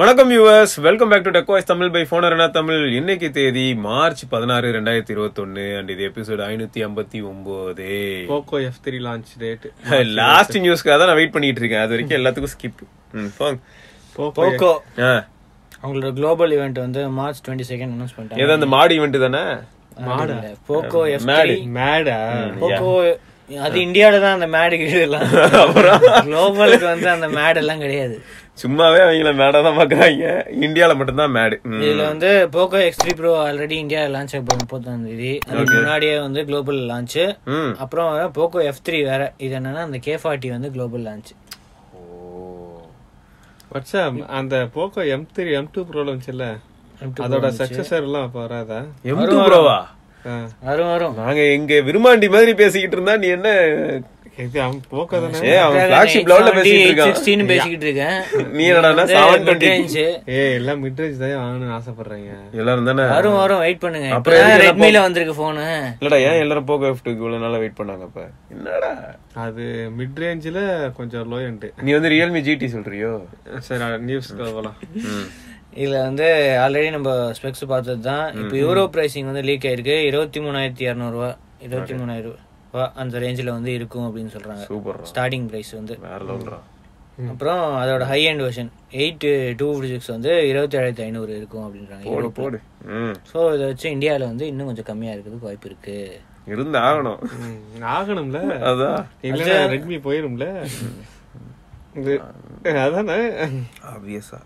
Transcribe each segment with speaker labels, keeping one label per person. Speaker 1: வணக்கம் yours welcome back to டெக்வாய்ஸ் Tamil by phone அரணா தமிழ் இன்னைக்கு தேதி மார்ச் பதினாறு ரெண்டாயிரத்தி இருபத்தொன்னு அண்ட் இது எபிசோடு ஐநூத்தி ஐம்பத்தி ஒன்பது
Speaker 2: Poco F three launch date
Speaker 1: last நியூஸ்க்காக தான் நான் வெயிட் பண்ணிட்டு இருக்கேன் அது வரைக்கும் எல்லாத்துக்கும் ஸ்கிப் போங்க
Speaker 3: போக்கோ
Speaker 1: ஆ,
Speaker 3: அவங்களோட குளோபல் ஈவெண்ட் வந்து மார்ச் டுவெண்ட்டி செகண்ட் அனௌன்ஸ் பண்ணிட்டாங்க
Speaker 1: ஏதோ அந்த மாடு இவெண்ட் தானே
Speaker 3: அது இல்ல. போக்கோ எஃப்
Speaker 1: மேடு.
Speaker 2: மேடா
Speaker 3: போக்கோ அது இந்தியாவில தான் அந்த மேடு கீழ எல்லாம்
Speaker 1: அப்புறம்?
Speaker 3: குளோபலுக்கு வந்து அந்த மேடு எல்லாம் கிடையாது
Speaker 1: சும்மாவே அவங்கள மேடா தான் பாக்குறாங்க இந்தியால மட்டும்தான் மேடு ம்.
Speaker 3: இதுல வந்து Poco X three bro already India launch ஆகும் முப்பத்தாம் தேதி அதுக்கு முன்னாடியே வந்து குளோபல் லான்ச்
Speaker 1: ம்.
Speaker 3: அப்புறம் போக்கோ எஃப் த்ரீ வேற இது என்னன்னா அந்த கே ஃபார்ட்டி வந்து குளோபல் லான்ச்
Speaker 2: வாட்ஸ்அப் அந்த Poco M three M two pro launch இல்ல அதோட சக்சஸர் எல்லாம் அப்ப வராதா
Speaker 1: M2 ப்ரோவா
Speaker 2: ஆ.
Speaker 3: வரும் வரும்
Speaker 1: நாங்க எங்க விருமாண்டி மாதிரி பேசிக்கிட்டு இருந்தா நீ என்ன
Speaker 2: இது அவன் போக்கோ தானே
Speaker 1: ஏ அவன் flagship level ல பேசிட்டு இருக்கான்
Speaker 3: 16 பேசிக்கிட்டு இருக்கேன்
Speaker 1: நீ என்னடான்னா 720.
Speaker 2: ஏ எல்லாம் மிட் ரேஞ்ச் தான் வாங்கணும்னு ஆசைப்படுறாங்க
Speaker 1: எல்லாரும் தானே
Speaker 3: வரும் வரும் வெயிட் பண்ணுங்க
Speaker 1: அப்புறம்
Speaker 3: அப்புறம்
Speaker 1: எதுக்கு
Speaker 3: ரெட்மில வந்திருக்கு போனு
Speaker 1: இல்லடா ஏன் எல்லாரும் போக எஃப்டுக்கு இவ்வளவு நாளா வெயிட் பண்ணாங்க அப்ப என்னடா
Speaker 2: அது மிட் ரேஞ்சில கொஞ்சம் லோ எண்ட்
Speaker 1: நீ வந்து ரியல்மி ஜிடி சொல்றியோ
Speaker 2: சரி நியூஸ்க்கு போலாம்
Speaker 3: இதுல வந்து ஆல்ரெடி நம்ம ஸ்பெக்ஸ் பார்த்தது தான் இப்போ யூரோ பிரைசிங் வந்து லீக் ஆயிருக்கு இருபத்தி மூணாயிரத்தி இரநூறுவா இருபத்தி மூணாயிரம் ரூபா அந்த ரேஞ்சில் வந்து இருக்கும் அப்படின்னு சொல்றாங்க
Speaker 1: சூப்பர்
Speaker 3: ஸ்டார்டிங் பிரைஸ் வந்து
Speaker 1: வேற லெவல்ரா
Speaker 3: அப்புறம் அதோட high end version eight two six வந்து இருபத்தேழாயிரத்தி ஐநூறு இருக்கும் அப்படின்றாங்க
Speaker 1: போடு ம்
Speaker 3: ஸோ இதை வச்சு இந்தியாவில் வந்து இன்னும் கொஞ்சம் கம்மியாக இருக்கிறதுக்கு வாய்ப்பு இருக்கு
Speaker 1: இருந்து ஆகணும்
Speaker 2: ஆகணும்ல
Speaker 1: அதான்
Speaker 2: இல்ல ரெட்மி போயிரும்ல இது அதானே
Speaker 1: ஆப்வியஸா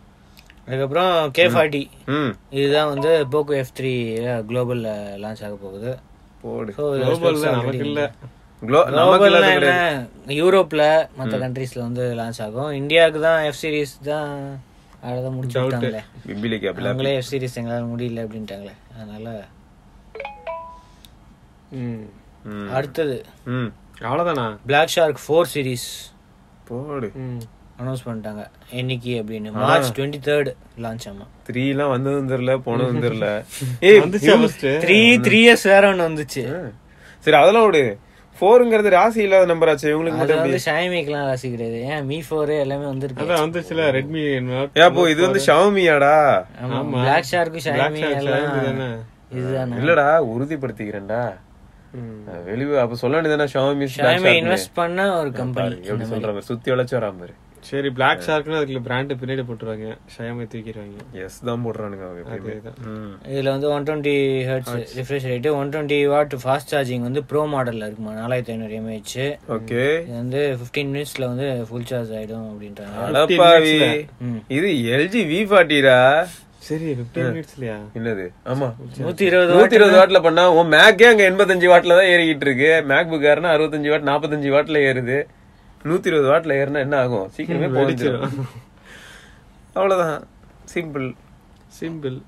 Speaker 3: அதுக்கப்புறம் கே ஃபார்ட்டி
Speaker 1: ம்
Speaker 3: இதுதான் வந்து போக்கோ எஃப் த்ரீ குளோபலில் லான்ச் ஆக போகுது
Speaker 1: போடு
Speaker 3: ஸோ
Speaker 2: குளோபல்ல நமக்கு இல்ல
Speaker 1: Glo- நமக்கு
Speaker 3: குளோபல்னா
Speaker 1: இல்லாத
Speaker 3: என்ன
Speaker 1: கிடையாது.
Speaker 3: யூரோப்ல மத்த கண்ட்ரீஸ்ல வந்து லான்ச் ஆகும் இந்தியாவுக்கு தான் எஃப் சீரிஸ் தான் அதான் முடிச்சு விட்டாங்களே
Speaker 1: பிபிலிக்கு அப்படிலாம்
Speaker 3: அவங்களே எஃப் சீரிஸ் எங்களால முடியல அப்படின்ட்டாங்களே அதனால
Speaker 2: ம்.
Speaker 3: அடுத்தது
Speaker 1: ம்
Speaker 2: அவ்வளவுதானா
Speaker 3: பிளாக் ஷார்க் ஃபோர் சீரிஸ்
Speaker 1: போடு
Speaker 2: ம்.
Speaker 3: அனௌன்ஸ் பண்ணிட்டாங்க என்னைக்கு அப்படின்னு மார்ச் டுவெண்ட்டி தேர்ட் லான்ச் ஆமா
Speaker 1: த்ரீ எல்லாம் வந்ததும் தெரியல போனதும் தெரியல ஏய்
Speaker 2: வந்துச்சா first?
Speaker 3: த்ரீ த்ரீ இயர்ஸ் வேற ஒன்று வந்துச்சு
Speaker 1: சரி அதெல்லாம் விடு ஃபோருங்கிறது ராசி இல்லாத நம்பர் ஆச்சு இவங்களுக்கு
Speaker 3: அது
Speaker 1: மட்டும் எப்படி
Speaker 3: வந்து ஷாமிக்கெல்லாம் ராசி கிடையாது ஏன் மீ ஃபோரு எல்லாமே வந்திருக்கு
Speaker 2: அதான் வந்துச்சுல ரெட்மி
Speaker 1: ஏ அப்போ இது வந்து ஷவமியாடா
Speaker 3: ஆமா பிளாக் ஷார்க்கு ஷாமி எல்லாம்
Speaker 2: தானே
Speaker 3: இதுதான்
Speaker 1: இல்லடா உறுதிப்படுத்திக்கிறேன்டா வெளியே அப்ப சொல்ல வேண்டியதுதானே ஷாமி
Speaker 3: ஷாமி இன்வெஸ்ட் பண்ண ஒரு கம்பெனி
Speaker 1: எப்படி சொல்ற மாதிரி சுத்தி வளைச்சோரா பாரு
Speaker 2: சரி பிளாக் ஷார்க்னு அதுக்குள்ள பிராண்ட் பின்னாடி போட்டுருவாங்க ஷயமே தூக்கிடுவாங்க
Speaker 1: எஸ் தான் போடுறானுங்க அவங்க எப்பயுமே ம்.
Speaker 3: இதில் வந்து one twenty hertz refresh rate one twenty watt fast charging வந்து ப்ரோ மாடலில் இருக்குமா நாலாயிரத்தி ஐநூறு எம்ஏஹெச்
Speaker 1: ஓகே
Speaker 3: இது வந்து ஃபிஃப்டீன் மினிட்ஸில் வந்து ஃபுல் சார்ஜ் ஆகிடும் அப்படின்றாங்க
Speaker 1: அடப்பாவி இது எல்ஜி வி ஃபார்ட்டிடா
Speaker 2: சரி பிப்டீன் மினிட்ஸ்லயா
Speaker 1: என்னது ஆமா
Speaker 3: நூற்றி இருபது
Speaker 1: நூத்தி இருபது வாட்ல பண்ணா உன் மேக்கே அங்க எண்பத்தஞ்சு வாட்ல தான் ஏறிக்கிட்டு இருக்கு மேக் புக் ஏறினா அறுபத்தஞ்சு வாட் நாற்பத்தஞ்சு வாட்ல ஏறுது நூத்தி இருபது வாட்ல ஏறினா என்ன ஆகும் சீக்கிரமே போயிடுச்சிடும் அவ்வளவுதான் சிம்பிள்
Speaker 2: சிம்பிள்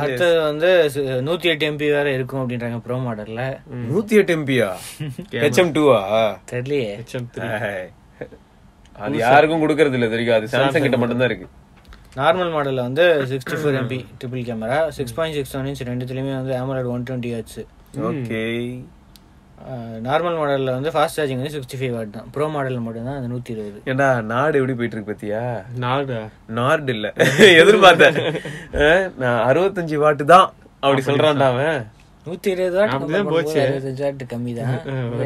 Speaker 3: அடுத்தது வந்து நூற்றி எட்டு எம்பி வேற இருக்கும் அப்படின்றாங்க ப்ரோ மாடலில்
Speaker 1: நூத்தி எட்டு எம்பியா ஹெச்எம் டூவா
Speaker 3: தெரியலையே
Speaker 2: ஹெச்எம்
Speaker 1: அது யாருக்கும் கொடுக்கறது இல்ல தெரியும் அது சாம்சங் கிட்ட மட்டும்தான் இருக்கு
Speaker 3: நார்மல் மாடலில் வந்து sixty four MP triple camera six point six one inch ரெண்டுத்துலேயுமே வந்து ஆமராய்டு one twenty hertz
Speaker 1: okay
Speaker 3: normal மாடலில் வந்து ஃபாஸ்ட் சார்ஜிங் வந்து சிக்ஸ்டி ஃபைவ் வாட் தான் ப்ரோ மாடலில் மட்டும்தான் அது நூற்றி இருபது
Speaker 1: ஏண்டா நாடு எப்படி போயிட்டு இருக்கு பாத்தியா
Speaker 2: நாடா
Speaker 1: நார்டு இல்ல எதிர்பார்த்தேன் அஹ், நான் அறுபத்தஞ்சு வாட்டு தான் அப்படி சொல்றான்டா அவன்
Speaker 3: நூத்தி இருபது வாட் நம்ம போடும்போது அறுபத்தஞ்சு வாட் கம்மி தான்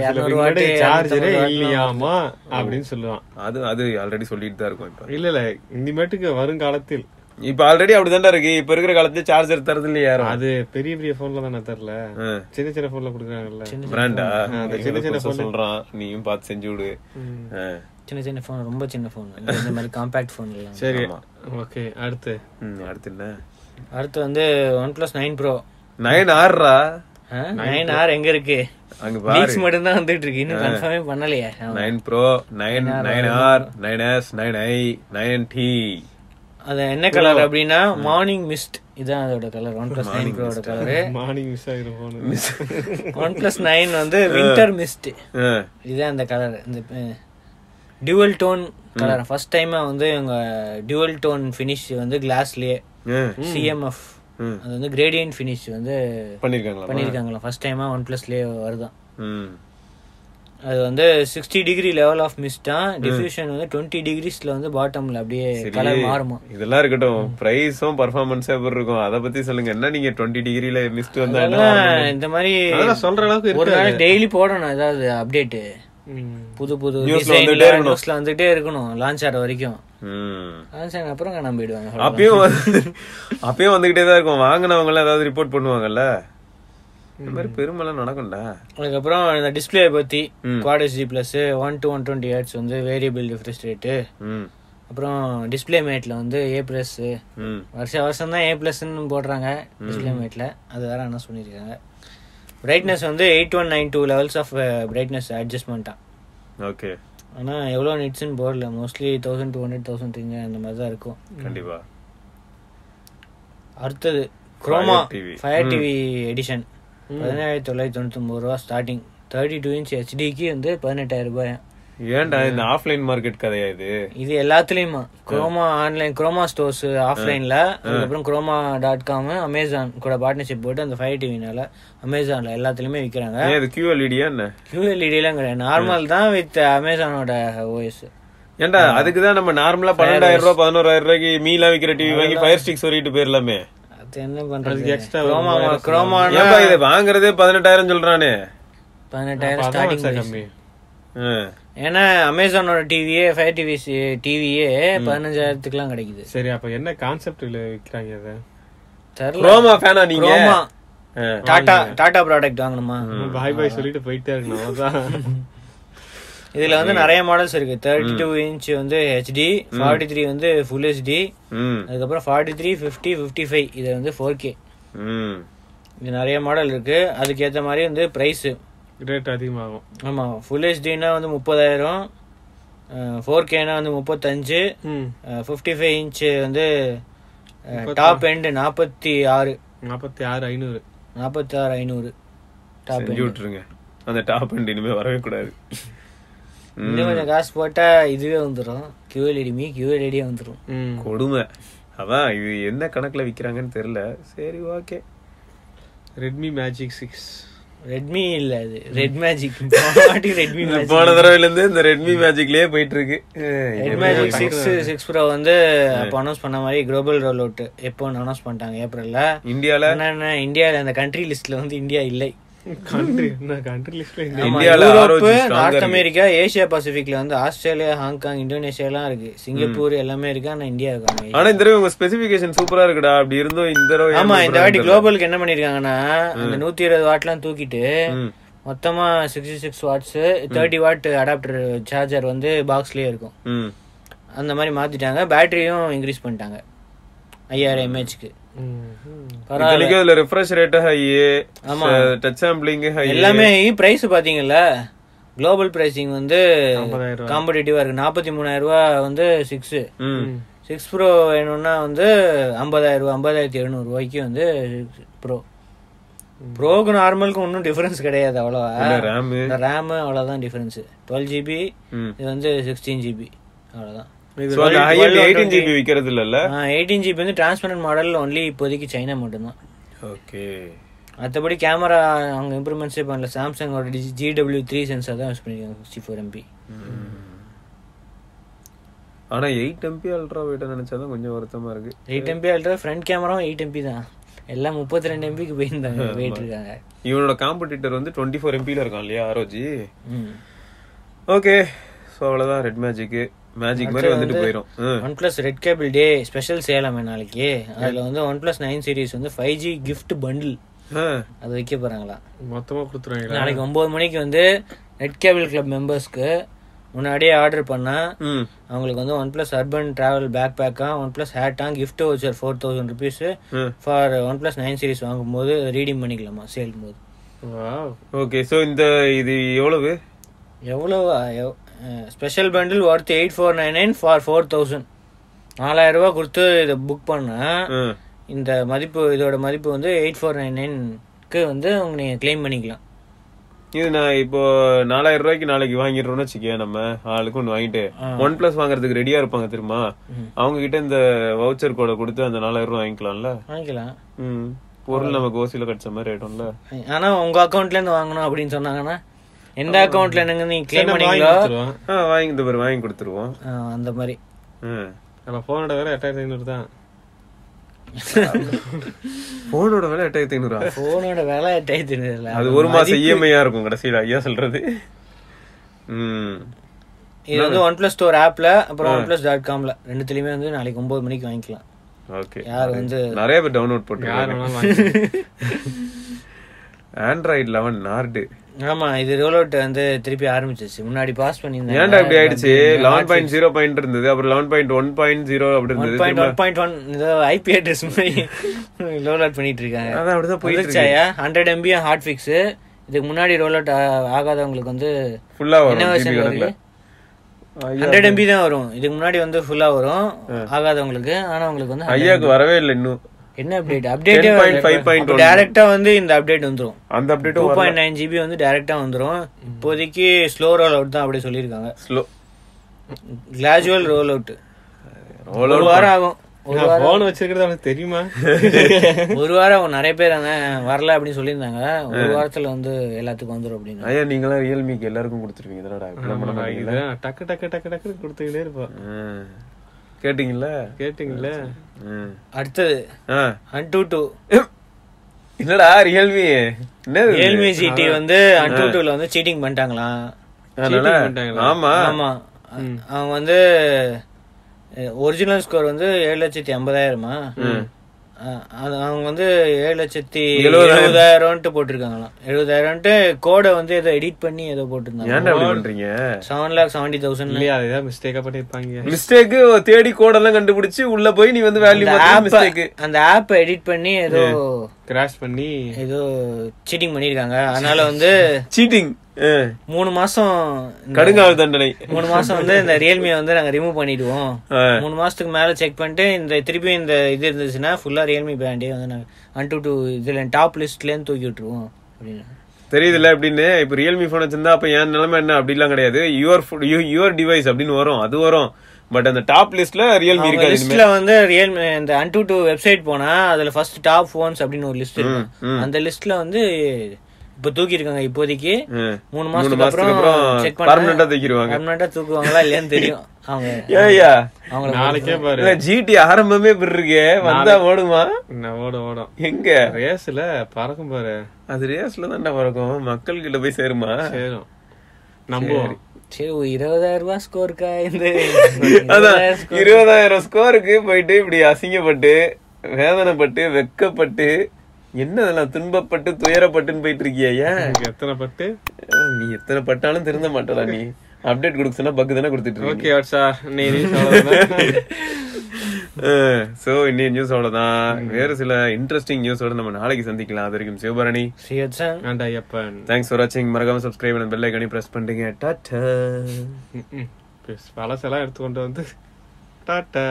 Speaker 3: இரநூறு வாட்
Speaker 2: முன்னாடி சார்ஜரே இல்லையாமா அப்படின்னு சொல்லுவான்
Speaker 1: அது அது ஆல்ரெடி சொல்லிட்டு தான் இருக்கும் இப்ப
Speaker 2: இல்ல இல்ல இனிமேட்டுக்கு வருங்காலத்தில்
Speaker 1: இப்ப ஆல்ரெடி அப்படிதான்டா இருக்கு இப்ப இருக்கிற காலத்துல சார்ஜர் தரது இல்ல யாரும்
Speaker 2: அது பெரிய பெரிய போன்ல தானே தரல சின்ன சின்ன போன்ல கொடுக்குறாங்கல்ல
Speaker 1: பிராண்டா சொல்றான் நீயும் பார்த்து செஞ்சு விடு அஹ்,
Speaker 3: சின்ன சின்ன ஃபோன் ரொம்ப சின்ன ஃபோன் இந்த மாதிரி காம்பேக்ட் ஃபோன் எல்லாம்
Speaker 2: சரி ஓகே அடுத்து
Speaker 1: ம், அடுத்து என்ன
Speaker 3: அடுத்து வந்து one plus nine pro
Speaker 1: nine ஆறுடா
Speaker 3: நைன் ஆர் எங்க இருக்கு
Speaker 1: அங்க
Speaker 3: லீக்ஸ் மட்டும் தான் வந்துட்டு இருக்கு இன்னும் கன்ஃபார்மே பண்ணலையே ஆமா.
Speaker 1: Nine pro nine nine R nine S nine I nine T
Speaker 3: அது என்ன கலர் அப்படின்னா மார்னிங் மிஸ்ட் இதான் அதோட கலர் ஒன் பிளஸ் நைன் ப்ரோட கலரு
Speaker 2: மார்னிங் மிஸ் ஆகிரும் போன்
Speaker 3: ஒன் பிளஸ் நைன் வந்து வின்டர் மிஸ்ட் இதுதான் அந்த கலர் இந்த டியூவல் டோன் கலர் ஃபர்ஸ்ட் டைமா வந்து இவங்க டியூவல் டோன் ஃபினிஷ் வந்து கிளாஸ்லயே சிஎம்எஃப் அது வந்து கிரேடியன்ட் ஃபினிஷ் வந்து
Speaker 1: பண்ணிருக்காங்களா
Speaker 3: பண்ணியிருக்காங்களா ஃபர்ஸ்ட் டைமா ஒன் ப்ளஸ்லயே வருதான்
Speaker 1: ம்
Speaker 3: அது வந்து சிக்ஸ்டி டிகிரி லெவல் ஆஃப் மிஸ்டா டிஃபியூஷன் வந்து டுவெண்ட்டி டிகிரிஸ்ல வந்து பாட்டம்ல அப்படியே கலர் மாறுமா
Speaker 1: இதெல்லாம் இருக்கட்டும் பிரைஸும் பர்ஃபார்மன்ஸும் எப்படி இருக்கும் அத பத்தி சொல்லுங்க என்ன நீங்க டுவெண்ட்டி டிகிரியில மிஸ்ட் வந்தா என்ன
Speaker 3: அதெல்லாம் இந்த மாதிரி
Speaker 2: அதெல்லாம் சொல்ற அளவுக்கு
Speaker 3: ஒரு நாள் டெய்லி போடணும் ஏதாவது அப்டேட்
Speaker 2: ம்.
Speaker 3: புது புது
Speaker 1: Newsல வந்துட்டே
Speaker 3: டிசைன்ல
Speaker 1: இருக்கணும்.
Speaker 3: நியூஸ்ல வந்துட்டே இருக்கணும் லான்ச் ஆற வரைக்கும்
Speaker 1: ம்.
Speaker 3: லான்ச் ஆன அப்புறம் நம்பிடுவாங்க
Speaker 1: அப்பயும் வந்து- அப்பயும் வந்துகிட்டே தான் இருக்கும் வாங்கினவங்க எல்லாம் ஏதாவது ரிப்போர்ட் பண்ணுவாங்கல்ல இந்த மாதிரி பெருமைலாம் நடக்கும்டா
Speaker 3: அதுக்கப்புறம் இந்த டிஸ்பிளே பத்தி quad G plus one to one twenty hertz வந்து வேரியபிள் ரிஃப்ரெஷ் ரேட்டு
Speaker 1: ம்
Speaker 3: அப்புறம் டிஸ்பிளே மேட்ல வந்து ஏ பிளஸ்
Speaker 1: ம்
Speaker 3: வருஷ வருஷம் தான் ஏ பிளஸ்ன்னு போடுறாங்க டிஸ்பிளே மேட்ல அது வேற என்ன சொல்லியிருக்காங்க பிரைட்னஸ் வந்து eight one nine two levels of brightness அட்ஜஸ்ட்மெண்ட்டாக
Speaker 1: ஓகே
Speaker 3: ஆனால் எவ்வளோ நிட்ஸ்ன்னு போடல mostly thousand two hundred thousand three அந்த மாதிரி தான் இருக்கும்
Speaker 1: கண்டிப்பா
Speaker 3: அடுத்தது Croma
Speaker 1: TV.
Speaker 3: Fire TV edition பதினேழாயிரத்தி தொள்ளாயிரத்தி தொண்ணூத்தொம்பது ரூபா ஸ்டார்டிங் தேர்ட்டி டூ இன்ச் ஹெச்டிக்கு வந்து பதினெட்டாயிரம் ரூபாய்
Speaker 1: ஏன்டா இந்த ஆஃப்லைன் மார்க்கெட் கதையா இது
Speaker 3: இது எல்லாத்துலயுமா குரோமா ஆன்லைன் குரோமா ஸ்டோர்ஸ் ஆஃப்லைன்ல அதுக்கப்புறம் குரோமா டாட் காம் அமேசான் கூட பார்ட்னர்ஷிப் போட்டு அந்த ஃபயர் டிவினால அமேசான்ல எல்லாத்துலயுமே விற்கிறாங்க
Speaker 1: ஏன் இது கியூஎல்இடியா என்ன
Speaker 3: கியூஎல்இடிலாம் E கிடையாது நார்மல் தான் வித் அமேசானோட ஓஎஸ்
Speaker 1: ஏன்டா அதுக்கு தான் நம்ம நார்மலா பன்னெண்டாயிரம் ரூபாய் பதினோராயிரம் ரூபாய்க்கு மீலாம் விக்கிற டிவி வாங்கி ஃபயர் ஸ்டிக் சொல்லிட்டு போயிடலாமே
Speaker 3: அது என்ன பண்றது குரோமா குரோமானா
Speaker 1: ஏன்பா இது வாங்குறதே பதினெட்டாயிரம் சொல்றானே
Speaker 3: பதினெட்டாயிரம்
Speaker 2: advance ஆ
Speaker 3: ஸ்டார்டிங்
Speaker 2: கம்மி
Speaker 1: ம்.
Speaker 3: ஏன்னா அமேசானோட டிவியே ஃபயர் டிவி டிவியே பதினஞ்சாயிரத்துக்குலாம் கிடைக்குது
Speaker 2: சரி அப்ப என்ன கான்செப்ட் விக்கிறாங்க இத
Speaker 3: தெரியல
Speaker 1: குரோமா ஃபேனா நீங்க
Speaker 3: குரோமா
Speaker 1: ஆ.
Speaker 3: டாடா டாடா ப்ராடக்ட் வாங்கணுமா
Speaker 2: பாய் பாய் சொல்லிட்டு போயிட்டே இருக்கணும் அதான்
Speaker 3: இதுல வந்து நிறைய மாடல்ஸ் இருக்கு தேர்ட்டி டூ இன்ச் வந்து ஹெச்டி ஃபார்ட்டி த்ரீ வந்து ஃபுல் ஹெச்டி
Speaker 1: ம்
Speaker 3: அதுக்கப்புறம் forty three fifty fifty five இது வந்து ஃபோர் கே
Speaker 1: ம்
Speaker 3: இது நிறைய மாடல் இருக்கு அதுக்கேற்ற மாதிரி வந்து ப்ரைஸ்
Speaker 2: ரேட் அதிகமாகும்
Speaker 3: ஆமா ஃபுல் ஹெச்டினா வந்து முப்பதாயிரம் ஃபோர் கேனா வந்து முப்பத்தஞ்சு
Speaker 2: ம்
Speaker 3: ஃபிஃப்டி ஃபைவ் இன்ச்சு வந்து டாப் எண்டு நாற்பத்தி ஆறு
Speaker 2: நாற்பத்தி ஆறு ஐநூறு
Speaker 3: நாற்பத்தி ஆறு ஐநூறு டாப்
Speaker 1: செஞ்சு விட்டுருங்க அந்த டாப் அண்ட் இனிமே வரவே கூடாது
Speaker 3: இன்னும் கொஞ்சம் காசு போட்டா இதுவே வந்துடும் கியூஎல்இடி மீ கியூஎல்இடியே வந்துடும்
Speaker 2: ம்
Speaker 1: கொடுமை அதான் இது என்ன கணக்குல விக்கிறாங்கன்னு தெரியல சரி okay
Speaker 2: Redmi magic six
Speaker 3: Redmi இல்ல இது ரெட் மேஜிக் ரெட்மி
Speaker 1: போன தடவைல இருந்து இந்த ரெட்மி மேஜிக்லயே போயிட்டு இருக்கு அஹ்
Speaker 3: red magic six six bro வந்து அப்போ அனௌன்ஸ் பண்ண மாதிரி குளோபல் ரோல் அவுட் எப்போ அனௌன்ஸ் பண்ணிட்டாங்க ஏப்ரல்ல
Speaker 1: இந்தியால
Speaker 3: என்னன்னா இந்தியால அந்த கண்ட்ரி லிஸ்ட்ல வந்து இந்தியா இல்லை
Speaker 2: கண்ட்ரி என்ன கண்ட்ரி லிஸ்ட்ல
Speaker 3: ஆமா,
Speaker 1: இந்தியால
Speaker 3: யூரோப்பு
Speaker 1: ROG stronger
Speaker 3: நார்த்
Speaker 1: இருக்கு.
Speaker 3: அமெரிக்கா ஏசியா பசிபிக்ல வந்து ஆஸ்திரேலியா ஹாங்காங் இந்தோனேஷியா எல்லாம் இருக்கு சிங்கப்பூர் எல்லாமே இருக்கு ஆனா இந்தியா இருக்காங்க
Speaker 1: ஆனா இந்த தடவை உங்க ஸ்பெசிபிகேஷன் சூப்பரா இருக்குடா அப்படி இருந்தோம் இந்த தடவை
Speaker 3: ஆமா இந்த வாட்டி குளோபலுக்கு என்ன பண்ணிருக்காங்கன்னா அந்த நூத்தி இருபது வாட்லாம் தூக்கிட்டு மொத்தமா sixty six watts thirty watt adapter charger வந்து பாக்ஸ்லயே இருக்கும்
Speaker 1: ம்
Speaker 3: அந்த மாதிரி மாத்திட்டாங்க பேட்டரியும் இன்க்ரீஸ் பண்ணிட்டாங்க ஐயாயிரம் எம்ஏஹெச்க்கு
Speaker 1: இத்தனைக்கும் இதுல ரெஃப்ரெஷ் ரேட் ஹை
Speaker 3: ஆமா.
Speaker 1: டச் சாம்பிளிங் ஹை
Speaker 3: எல்லாமே பிரைஸ் பாத்தீங்கல்ல குளோபல் பிரைசிங் வந்து
Speaker 2: ஐம்பதாயிரம்
Speaker 3: காம்படிட்டிவா இருக்கு நாற்பத்தி மூணாயிரம் ரூபாய் வந்து சிக்ஸ்
Speaker 1: ம்
Speaker 3: சிக்ஸ் ப்ரோ வேணும்னா வந்து ஐம்பதாயிரம் ரூபா ஐம்பதாயிரத்தி எழுநூறு ரூபாய்க்கு வந்து ப்ரோ ப்ரோக்கு நார்மலுக்கு ஒன்றும் டிஃபரன்ஸ் கிடையாது அவ்வளோவா
Speaker 1: இல்ல, RAM.
Speaker 3: இந்த ரேமு அவ்வளோதான் டிஃபரன்ஸ் டுவெல் ஜிபி
Speaker 1: ம்.
Speaker 3: இது வந்து சிக்ஸ்டீன் ஜிபி அவ்வளோதான்
Speaker 1: So, அந்த ஹை எயிட்டீன் ஜிபி விக்கிறது இல்லல்ல
Speaker 3: எயிட்டீன் ஜிபி வந்து டிரான்ஸ்பரண்ட் மாடல் ஒன்லி இப்போதைக்கு சைனா மட்டும்தான்
Speaker 1: ஓகே
Speaker 3: மற்றபடி கேமரா அவங்க இம்ப்ரூவ்மெண்ட்ஸே பண்ணல சாம்சங்கோட ஜிடபிள்யூ த்ரீ சென்சார் தான் யூஸ் பண்ணியிருக்காங்க சிக்ஸ்டி ஃபோர் எம்பி
Speaker 1: ஆனா எயிட் எம்பி அல்ட்ரா வெயிட்ட நினைச்சாதான் கொஞ்சம் வருத்தமா இருக்கு
Speaker 3: எயிட் எம்பி அல்ட்ரா ஃப்ரண்ட் கேமராவும் எயிட் எம்பி தான் எல்லாம் முப்பத்தி ரெண்டு எம்பிக்கு போயிருந்தாங்க போயிட்டு இருக்காங்க
Speaker 1: இவனோட காம்படிட்டர் வந்து டுவெண்ட்டி ஃபோர் எம்பியில் இருக்கான் இல்லையா ஆரோஜி
Speaker 3: ம்
Speaker 1: ஓகே ஸோ அவ்வளோதான் ரெட் மேஜிக்கு மேஜிக் மாதிரி வந்துட்டு போயிடும் ம்
Speaker 3: one plus red cable day special சேலாமே நாளைக்கு அதில் வந்து ஒன் பிளஸ் நைன் சீரிஸ் வந்து ஃபைவ் ஜி கிஃப்ட் பண்டில்
Speaker 1: ஆ.
Speaker 3: அது வைக்க போகிறாங்களாம்
Speaker 2: மொத்தமா கொடுத்துருவாங்களா
Speaker 3: நாளைக்கு ஒம்பது மணிக்கு வந்து ரெட் கேபிள் கிளப் மெம்பர்ஸ்க்கு முன்னாடியே ஆர்டர் பண்ணால்
Speaker 1: ம்
Speaker 3: அவங்களுக்கு வந்து one plus urban travel bag பேக்காக ஒன் ப்ளஸ் ஹேட்டாக gift voucher four thousand rupees
Speaker 1: ம்.
Speaker 3: For one plus nine series வாங்கும்போது ரீடீம் பண்ணிக்கலாமா சேல் போது
Speaker 2: Wow.
Speaker 1: ஓகே ஸோ இந்த இது எவ்வளவு
Speaker 3: எவ்வளோ special bundle worth eight four nine nine for four thousand நாலாயிரரூபா கொடுத்து இதை புக் பண்ணால்
Speaker 1: ம்
Speaker 3: இந்த மதிப்பு இதோட மதிப்பு வந்து எயிட் ஃபோர் நைன் நைன்க்கு வந்து உங்க நீங்கள் க்ளைம் பண்ணிக்கலாம்
Speaker 1: இது நான் இப்போ நாலாயிரம் ரூபாய்க்கு நாளைக்கு வாங்கிடுறோம்னு வச்சுக்கேன் நம்ம ஆளுக்கு ஒன்று வாங்கிட்டு ஒன் பிளஸ் வாங்குறதுக்கு ரெடியா இருப்பாங்க திரும்ப அவங்க கிட்ட இந்த வவுச்சர் கோடை கொடுத்து அந்த நாலாயிரம் ரூபாய் வாங்கிக்கலாம்ல
Speaker 3: வாங்கிக்கலாம்
Speaker 1: ம் பொருள் நமக்கு ஓசியில் கிடைச்ச மாதிரி ஆயிடும்ல
Speaker 3: ஆனால் உங்கள் அக்கௌண்ட்லேருந்து வாங்கணும் அப்படின்னு சொன்னாங்கன்னா எந்த அக்கௌண்ட்ல என்னங்க நீங்க
Speaker 2: சரி,
Speaker 3: கிளைம்
Speaker 2: நம்ம வாங்கி கொடுத்துருவோம்
Speaker 3: பண்ணீங்களோ
Speaker 1: ஆ வாங்கி இந்த பாரு வாங்கி கொடுத்துருவோம்
Speaker 3: ஆ, அந்த மாதிரி
Speaker 1: ம்
Speaker 2: நம்ம போனோட வேற எட்டாயிரத்தி ஐநூறு தான்
Speaker 1: போனோட விலை எட்டாயிரத்தி ஐநூறு
Speaker 3: போனோட விலை எட்டாயிரத்தி ஐநூறுல
Speaker 1: அது ஒரு மாசம் இஎம்ஐயா இருக்கும் கடைசியில ஐயா சொல்றது ம்
Speaker 3: இது வந்து ஒன் பிளஸ் ஸ்டோர் ஆப்ல அப்புறம் ஒன் பிளஸ் டாட் காம்ல ரெண்டுத்துலயுமே வந்து நாளைக்கு ஒன்பது மணிக்கு வாங்கிக்கலாம்
Speaker 1: ஓகே
Speaker 3: யார் வந்து
Speaker 1: நிறைய பேர் டவுன்லோட் போட்டுருக்காங்க
Speaker 2: வேணாலும் வாங்கிக்கலாம்.
Speaker 1: ஆண்ட்ராய்டு லெவன் நார்டு
Speaker 3: ஆமா இது ரோல் அவுட் வந்து திருப்பி ஆரம்பிச்சிருச்சு முன்னாடி பாஸ் பண்ணியிருந்தாங்க
Speaker 1: ஏன்டா இப்படி ஆயிடுச்சு லெவன் பாயிண்ட் ஜீரோ பாயிண்ட் இருந்தது அப்புறம் eleven point one point zero அப்படி
Speaker 3: ஒன்
Speaker 1: இருந்தது
Speaker 3: பாயிண்ட் ஒன் பாயிண்ட் ஒன் ஏதோ ஐபி அட்ரஸ் மாதிரி ரோல் அவுட் பண்ணிட்டு இருக்காங்க
Speaker 1: அதான் அப்படிதான் போயிட்டு இருக்கு
Speaker 3: போயிருச்சாயா ஹண்ட்ரட் எம்பி ஹார்ட் ஃபிக்ஸ் இதுக்கு முன்னாடி ரோல் அவுட் ஆகாதவங்களுக்கு வந்து
Speaker 1: ஃபுல்லா
Speaker 3: என்ன
Speaker 1: வரும் ஜிபி கணக்குல
Speaker 3: version வருது? ஹண்ட்ரட் எம்பி தான் வரும் இதுக்கு முன்னாடி வந்து ஃபுல்லா வரும் ஆகாதவங்களுக்கு ஆனா உங்களுக்கு வந்து 100
Speaker 1: ஐயாக்கு வரவே இல்லை இன்னும்
Speaker 3: என்ன அப்டேட் அப்டேட்டே
Speaker 1: 10.5.1.
Speaker 3: டைரக்டா வந்து இந்த அப்டேட் வந்துரும்
Speaker 1: அந்த
Speaker 3: டூ
Speaker 1: அப்டேட்டும்
Speaker 3: பாயிண்ட் நைன் ஜிபி வந்து டைரக்டா வந்துரும் இப்போதைக்கு ஸ்லோ ரோல் அவுட் தான் அப்படியே சொல்லியிருக்காங்க
Speaker 1: ஸ்லோ
Speaker 3: கிராஜுவல் ரோல் அவுட் ஒரு வாரம் ஆகும் ஒரு
Speaker 2: நான் போன் வச்சிருக்கிறது அவனுக்கு தெரியுமா
Speaker 3: ஒரு வாரம் ஆகும். நிறைய பேர் ஆனா வரல அப்படின்னு சொல்லியிருந்தாங்க ஒரு வாரத்துல வந்து எல்லாத்துக்கும் வந்துரும் அப்படின்னு
Speaker 1: ஐயா நீங்களாம் ரியல்மிக்கு எல்லாருக்கும் கொடுத்துருவீங்க இதனடா இப்பெல்லாம் பண்ண மாட்டீங்க
Speaker 2: இதுதான் டக்கு டக்கு டக்கு டக்குன்னு கொடுத்துக்கிட்டே இருப்பான்
Speaker 1: ம். கேட்டீங்கல்ல
Speaker 2: கேட்டிங்கல்ல
Speaker 1: ம்.
Speaker 3: அடுத்தது
Speaker 1: ஆ.
Speaker 3: அன் டூ டூ
Speaker 1: என்னடா ரியல்மி என்னது இது?
Speaker 3: ரியல்மி சிடி வந்து அன் டூ டூல வந்து சீட்டிங் பண்ணிட்டாங்களாம்
Speaker 1: அதனால ஆமா
Speaker 3: ஆமா அவங்க வந்து ஒரிஜினல் ஸ்கோர் வந்து ஏழு லட்சத்தி ஐம்பதாயிரமா அஹ் அது அவங்க வந்து ஏழு லட்சத்தி எழுபதாயிரம்ட்டு போட்டிருக்காங்களாம் எழுபதாயிரம்ட்டு கோடை வந்து ஏதோ எடிட் பண்ணி ஏதோ போட்டிருந்தாங்க
Speaker 1: ஏன்டா அப்படி பண்றீங்க
Speaker 3: செவன் லேக் செவன்டி தௌசண்ட்
Speaker 2: இல்லையா அதை ஏதாவது மிஸ்டேக்கா பண்ணிருப்பாங்க
Speaker 1: மிஸ்டேக் தேடி கோடெல்லாம் கண்டுபிடிச்சு உள்ள போய் நீ வந்து வேல்யூ மாத்தி மிஸ்டேக்
Speaker 3: அந்த ஆப்பை எடிட் பண்ணி ஏதோ
Speaker 2: கிராஷ் பண்ணி
Speaker 3: ஏதோ சீட்டிங் பண்ணியிருக்காங்க அதனால வந்து
Speaker 1: சீட்டிங்
Speaker 3: மூணு மாசம் இந்த-
Speaker 1: கடுங்காவல் தண்டனை
Speaker 3: மூணு மாசம் வந்து இந்த ரியல்மியை வந்து நாங்க ரிமூவ் பண்ணிடுவோம் மூணு மாசத்துக்கு மேல செக் பண்ணிட்டு இந்த திருப்பி இந்த இது இருந்துச்சுன்னா ஃபுல்லா ரியல்மி பிராண்டே வந்து நாங்க ஒன் டூ டூ இதுல டாப் லிஸ்ட்ல இருந்து தூக்கி விட்டுருவோம் அப்படின்னு
Speaker 1: தெரியுதுல்ல அப்படின்னு இப்ப ரியல்மி போன் வச்சிருந்தா அப்ப என் நிலைமை என்ன அப்படிலாம் கிடையாது யுவர் யுவர் டிவைஸ் அப்படின்னு வரும் அது வரும் பட் அந்த டாப் லிஸ்ட்ல ரியல்மி இருக்காது இனிமே.
Speaker 3: லிஸ்ட்ல வந்து ரியல்மி இந்த ஒன் டூ டூ வெப்சைட் போனா அதுல ஃபர்ஸ்ட் டாப் போன்ஸ் அப்படின்னு ஒரு லிஸ்ட் இருக்கும் அந்த லிஸ்ட்ல வந்து இப்ப தூக்கி இருக்காங்க இப்போதைக்கு
Speaker 1: ம்.
Speaker 3: மூணு
Speaker 1: மூணு
Speaker 3: மாசத்துக்கு
Speaker 1: மாசத்துக்கு
Speaker 3: அப்புறம்
Speaker 1: அப்புறம்
Speaker 3: செக்
Speaker 1: பர்மனண்டா
Speaker 3: பண்ணா
Speaker 1: தூக்கிடுவாங்க
Speaker 3: பர்மனண்டா தூக்குவாங்களா இல்லையான்னு தெரியும் அவங்க
Speaker 1: ஏய்யா
Speaker 3: அவங்கள
Speaker 2: நாளைக்கே பாரு
Speaker 1: இல்ல ஜிடி ஆரம்பமே இப்படி இருக்கு வந்தா ஓடுமா
Speaker 2: நான் ஓடும் ஓடும்
Speaker 1: எங்க
Speaker 2: ரேஸ்ல பறக்கும் பாரு
Speaker 1: அது ரேஸ்ல தான் பறக்கும் மக்கள் கிட்ட போய் சேருமா
Speaker 2: சேரும் நம்புவோம்
Speaker 3: சரி ஒரு இருபதாயிரம் ரூபாய் ஸ்கோருக்கா இந்த
Speaker 1: அதான்
Speaker 3: இருபதாயிரம் score.
Speaker 1: இருபதாயிரம் ஸ்கோருக்கு போயிட்டு இப்படி அசிங்கப்பட்டு வேதனைப்பட்டு வெக்கப்பட்டு என்ன இதெல்லாம் துன்பப்பட்டு துயரப்பட்டுன்னு போயிட்டு இருக்கியா ஏன்
Speaker 2: எனக்கு எத்தனை பட்டு
Speaker 1: அஹ் நீ எத்தனை பட்டாலும் திருந்த மாட்டடா நீ அப்டேட் கொடுக்க சொன்னா பக்கு தானே கொடுத்துட்டு இருக்கீங்க
Speaker 2: ஓகே வாட்ஸா நீ நீ சொல்றதுதான்.
Speaker 1: சோ இன்னைய நியூஸ் அவ்வளவுதான் வேற சில இன்ட்ரெஸ்டிங் நியூஸோட நம்ம நாளைக்கு சந்திக்கலாம் அது வரைக்கும் சிவபரணி
Speaker 3: ஸ்ரீவத்சன்
Speaker 2: ஆண்டா ஐயப்பன்
Speaker 1: தேங்க்ஸ் ஃபார் வாட்சிங் மறக்காம சப்ஸ்கிரைப் பண்ணி பெல் ஐக்கனையும் பிரஸ் பண்ணுங்க டாட்டா
Speaker 2: ம், ம். பழசெல்லாம் எடுத்துக்கொண்டு வந்து டாட்டா